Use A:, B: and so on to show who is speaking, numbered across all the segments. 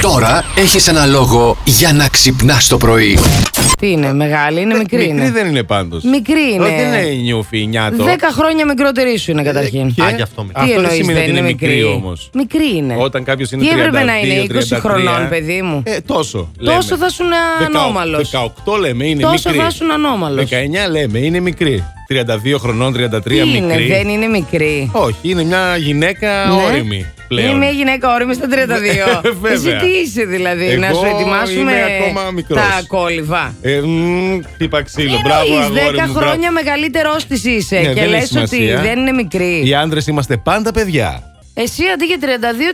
A: Τώρα έχεις ένα λόγο για να ξυπνάς το πρωί.
B: Τι είναι, μεγάλη είναι, Ναι, μικρή
C: Μικρή
B: είναι.
C: δεν είναι πάντως.
B: Μικρή είναι.
C: Όχι, δεν είναι νιούφι, νιάτο.
B: Δέκα χρόνια μικρότερη σου είναι καταρχήν.
C: Και-
D: Α, γι' αυτό μικρή.
B: Τι
C: Αυτό δεν
B: εννοείς,
C: σημαίνει ότι
B: δεν
C: είναι
B: είναι
C: μικρή,
B: μικρή.
C: όμως.
B: Μικρή είναι.
C: Όταν κάποιος είναι
B: Τι έπρεπε
C: 32,
B: να είναι, 20
C: 33,
B: χρονών, παιδί μου.
C: Ε, τόσο.
B: Τόσο θα σου είναι ανώμαλος.
C: 18 λέμε είναι
B: Τόσο
C: μικρή.
B: θα σου είναι ανώμαλος.
C: 19 λέμε είναι μικρή. 32 χρονών, 33
B: Τι
C: μικρή.
B: είναι, δεν είναι μικρή.
C: Όχι, είναι μια γυναίκα
B: Ναι.
C: όρημη πλέον.
B: Είναι μια γυναίκα όρημη στα 32.
C: Βέβαια.
B: Εσύ τι είσαι δηλαδή, να
C: Εγώ
B: σου ετοιμάσουμε
C: είμαι ακόμα μικρός.
B: τα κόλληβα. Ε,
C: Ε, μ, χτύπα ξύλο, μπράβο
B: Εννοείς,
C: αγόρι
B: 10
C: μου, μπράβο.
B: χρόνια μεγαλύτερό της είσαι
C: Ναι,
B: και
C: δεν
B: λε
C: έχει
B: ότι
C: σημασία.
B: δεν είναι μικρή.
C: Οι άντρες είμαστε πάντα παιδιά.
B: Εσύ αντί για 32,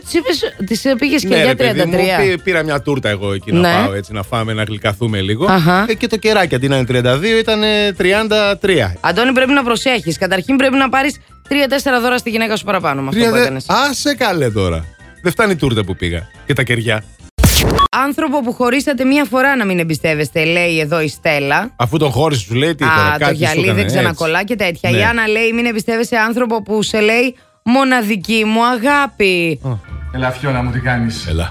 B: τη πήγες και
C: ναι,
B: για
C: ρε, παιδί μου,
B: 33.
C: πή- πήρα μια τούρτα εγώ εκεί
B: Ναι.
C: να πάω έτσι, να φάμε, να γλυκαθούμε λίγο.
B: Αχα.
C: Ε, και το κεράκι αντί να είναι 32 ήταν ε, 33.
B: Αντώνη, πρέπει να προσέχεις. Καταρχήν πρέπει να πάρεις 3-4 δώρα στη γυναίκα σου παραπάνω με αυτό που
C: Τρία δε-
B: έκανες.
C: Άσε καλέ τώρα. Δεν φτάνει η τούρτα που πήγα. Και τα κεριά.
B: Άνθρωπο που χωρίσατε μία φορά να μην εμπιστεύεστε, λέει εδώ η Στέλλα.
C: Αφού τον χώρισες, σου λέει τι τώρα,
B: Α,
C: κάτι
B: το
C: σου
B: γυαλί
C: έκανε,
B: δεν
C: έτσι.
B: ξανακολλά και τέτοια.
C: Ναι.
B: Η Άννα λέει: Μην εμπιστεύεσαι άνθρωπο που σε λέει μοναδική μου αγάπη.
E: Έλα φιόλα μου τι κάνεις
C: Έλα.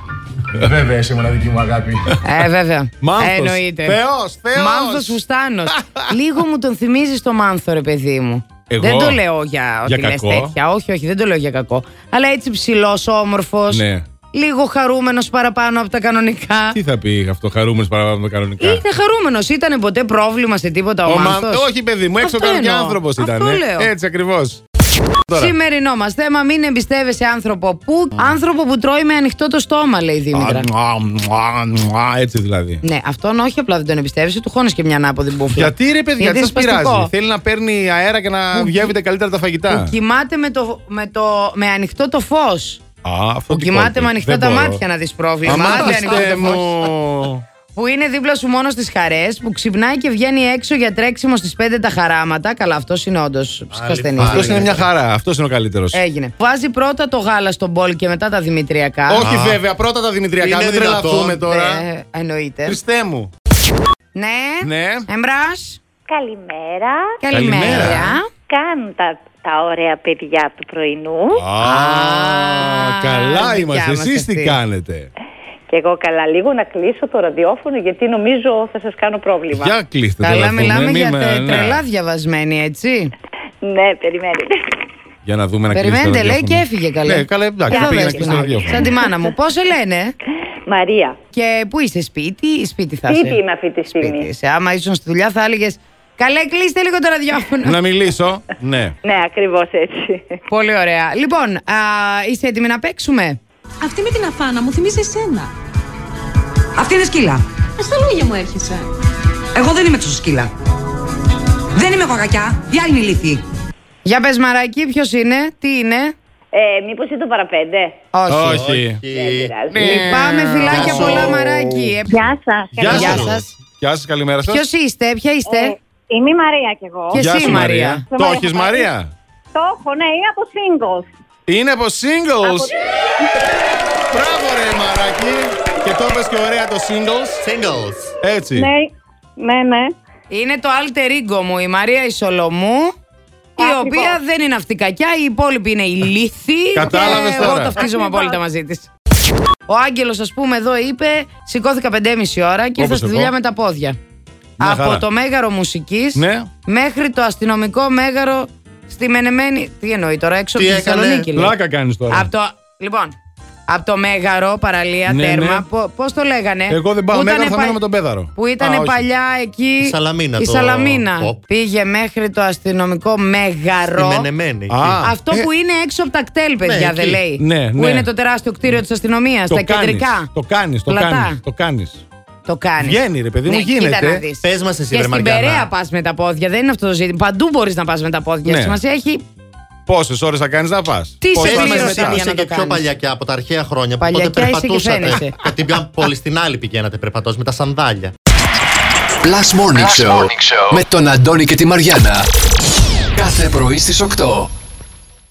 E: Βέβαια είσαι μοναδική μου αγάπη
B: Ε, βέβαια.
C: Μάνθος.
B: Εννοείται.
C: Θεός, θεός.
B: Μάνθος Φουστάνος. Λίγο μου τον θυμίζεις το μάνθο, ρε παιδί μου.
C: Εγώ?
B: Δεν το λέω για ότι
C: Για
B: λες
C: κακό.
B: τέτοια. Όχι, όχι, δεν το λέω για κακό. Αλλά έτσι ψηλός, όμορφος.
C: Ναι.
B: Λίγο χαρούμενος παραπάνω από τα κανονικά.
C: Τι θα πει αυτό, χαρούμενος παραπάνω από τα κανονικά.
B: Ήταν χαρούμενο, ήταν ποτέ πρόβλημα σε τίποτα ο,
C: Ο
B: Μάνθος.
C: Μαν- Όχι, παιδί μου, έξω
B: Αυτό
C: ήταν και
B: εννοώ.
C: άνθρωπος ήταν.
B: Αυτό
C: ε.
B: λέω.
C: Έτσι ακριβώς. Τώρα.
B: Σημερινό μας θέμα, μην εμπιστεύεσαι άνθρωπο που. Άνθρωπο που τρώει με ανοιχτό το στόμα, λέει η Δήμητρα.
C: Α, μουά, μουά, μουά, Έτσι δηλαδή.
B: Ναι, αυτόν όχι απλά δεν τον εμπιστεύεσαι, του χώνεις και μια ανάποδη μπουφλα.
C: Γιατί ρε παιδιά,
B: Γιατί
C: τι σας
B: σπαστικό.
C: πειράζει. Θέλει να παίρνει αέρα και να βγαίνεται καλύτερα τα
B: Που
C: φαγητά.
B: κοιμάται με, το, με, το, με ανοιχτό το φως.
C: Α, αυτό
B: Που
C: τι
B: κοιμάται
C: κόλπη.
B: με ανοιχτά
C: Δεν
B: τα
C: μπορώ.
B: μάτια να δεις πρόβλημα. Άντε ανοιχτό
C: Αμάστε
B: το φως.
C: μου.
B: Που είναι δίπλα σου μόνος στις χαρές, που ξυπνάει και βγαίνει έξω για τρέξιμο στις 5 τα χαράματα. Καλά, αυτός είναι όντως ψυχασθενής.
D: πάλι.
C: Αυτός είναι μια χαρά. Αυτός είναι ο καλύτερος.
B: Έγινε. Βάζει πρώτα το γάλα στον μπολ και μετά τα δημητριακά.
C: Όχι βέβαια, πρώτα τα Δημητριακά.
D: Είναι
C: Μην
D: δυνατόν.
C: τρελαθούμε τώρα.
B: Ε, εννοείται.
C: Χριστέ μου.
B: Ναι.
C: Ναι.
B: Εμπράς.
F: Καλημέρα.
B: Καλημέρα.
C: Καλημέρα.
F: Κάνουν τα, τα ωραία παιδιά του πρωινού.
C: Α, καλά
B: δικιά
C: είμαστε.
B: μας
C: Εσεί τι
B: αυτή.
C: κάνετε.
F: Και εγώ καλά λίγο να κλείσω το ραδιόφωνο γιατί νομίζω θα σας κάνω πρόβλημα.
C: Για κλείστε
B: Καλά,
C: τρελαθούμε,
B: μιλάμε
C: μη
B: για
C: με-
B: τε-
C: ναι.
B: τρελά διαβασμένη, έτσι.
F: Ναι, περιμένει.
C: Για να δούμε να κλείσει.
B: Περιμένετε,
C: το
B: λέει και
C: ραδιόφωνο.
B: έφυγε καλέ.
C: Ναι, καλά, εντάξει,
B: Εδώ
C: πήγε να
B: δες
C: κλείσει
B: την
C: το
B: άλλη.
C: ραδιόφωνο.
B: Σαν τη μάνα μου. Πώς σε λένε
F: Μαρία,
B: και πού είσαι, σπίτι, σπίτι θα
F: σπίτι
B: είσαι.
F: είμαι αυτή τη
B: Σπίτι
F: στιγμή.
B: είσαι. Άμα ήσουν στη δουλειά θα έλεγες. Καλέ, κλείστε λίγο το ραδιόφωνο.
C: Να μιλήσω. Ναι.
F: Ναι, ακριβώς έτσι.
B: Πολύ ωραία. Λοιπόν, α, είστε έτοιμοι να παίξουμε.
G: Αυτή με την αφάνα μου θυμίζει εσένα.
H: Αυτή είναι σκύλα.
G: Ε, Στα λόγια μου έρχεσαι.
H: Εγώ δεν είμαι τόσο σκύλα. Δεν είμαι κοκακιά. Η άλλη είναι ηλίθιη.
B: Για πες μαράκι, ποιος είναι, τι είναι.
F: Ε, μήπως είναι το παραπέντε.
B: Όχι.
C: Όχι.
F: Δεν
B: ναι.
F: πειράζει.
B: Πάμε φυλάκια πολλά μαράκι. Ε,
I: Γεια σας.
C: Γεια
B: Γεια
C: σας.
B: σας.
C: Γεια σας, καλημέρα σας.
B: Ποιος είστε, ποια
F: Ε,
B: είστε.
I: Ε, Είμαι η Μαρία κι εγώ.
B: Και
C: Γεια
B: εσύ,
C: σου,
B: Μαρία.
C: Το έχεις Μαρία.
I: Το έχω, ναι, είναι από singles.
C: Είναι από singles. Μπράβο ρε μαράκι. Και το είπες και ωραία το singles.
D: Singles.
C: Έτσι.
I: Ναι, ναι, ναι.
B: Είναι το alter ego μου, η Μαρία η Σολομού, η
I: Ακριβώς.
B: οποία δεν είναι αυτή κακιά, η υπόλοιπη είναι η λύθη.
C: Κατάλαβες
B: και Εγώ
C: τώρα.
B: ταυτίζομαι απόλυτα μαζί της. Ο Άγγελος, ας πούμε, εδώ είπε: Σηκώθηκα 5,5 ώρα και ήρθα
C: Όπως
B: στη
C: εγώ.
B: δουλειά με τα πόδια.
C: Μια
B: Από
C: χαρά.
B: το μέγαρο μουσικής
C: Ναι.
B: μέχρι το αστυνομικό μέγαρο στη Μενεμένη. Τι εννοεί τώρα, έξω
D: Τι
B: από τη
D: έκανε?
B: Θεσσαλονίκη. λέει.
C: Πλάκα κάνεις τώρα.
B: Απ' το, λοιπόν, από το Μέγαρο, παραλία,
C: Ναι, ναι.
B: τέρμα. Πώς το λέγανε.
C: Εγώ δεν πάω
B: Που
C: μέγαρο,
B: ήτανε
C: θα μένω με τον Πέδαρο.
B: Που
C: Α,
B: ήταν
C: όχι.
B: παλιά εκεί.
D: Η Σαλαμίνα,
B: Η
D: το-
B: Σαλαμίνα.
D: Οπ.
B: Πήγε μέχρι το αστυνομικό Μέγαρο.
D: Στη μενεμένη. εκεί.
C: Α.
B: Αυτό
C: ε,
B: που είναι έξω από τα κτέλ, παιδιά,
D: εκεί.
B: δεν λέει.
C: Ναι,
B: Που
C: ναι.
B: είναι το τεράστιο κτίριο της αστυνομίας,
C: το
B: τα
C: κάνεις,
B: κεντρικά.
C: Το κάνεις, το
B: Πλατά.
C: κάνεις, το κάνεις.
B: Το κάνεις.
C: Βγαίνει, ρε παιδί μου,
B: ναι, Κοίτα
C: γίνεται.
B: να δεις.
D: Πες μας εσύ,
B: Και
D: ρε,
B: στην
D: Μαριάννα.
B: Περαία πας με τα πόδια, δεν είναι αυτό το ζήτημα. Παντού μπορείς να πας με τα πόδια.
C: Ναι.
B: Σημασία έχει
C: Πόσες ώρες θα κάνεις να πας.
B: Τι
C: Πόσες
B: σε
C: ώρες
D: Πες
B: πλήρωσε
D: μας
C: μετά.
D: εσύ
B: για να
D: που είσαι
B: το
D: και πιο
B: κάνεις.
D: παλιακιά από τα αρχαία χρόνια. που
B: Παλιακιά
D: Τότε
B: είσαι και
D: περπατούσατε.
B: φαίνεσαι.
D: Από την μια πόλη στην άλλη πηγαίνατε περπατός με τα σανδάλια.
A: Plus Morning, Show, με τον Αντώνη και τη Μαριάνα. Κάθε πρωί στις 8.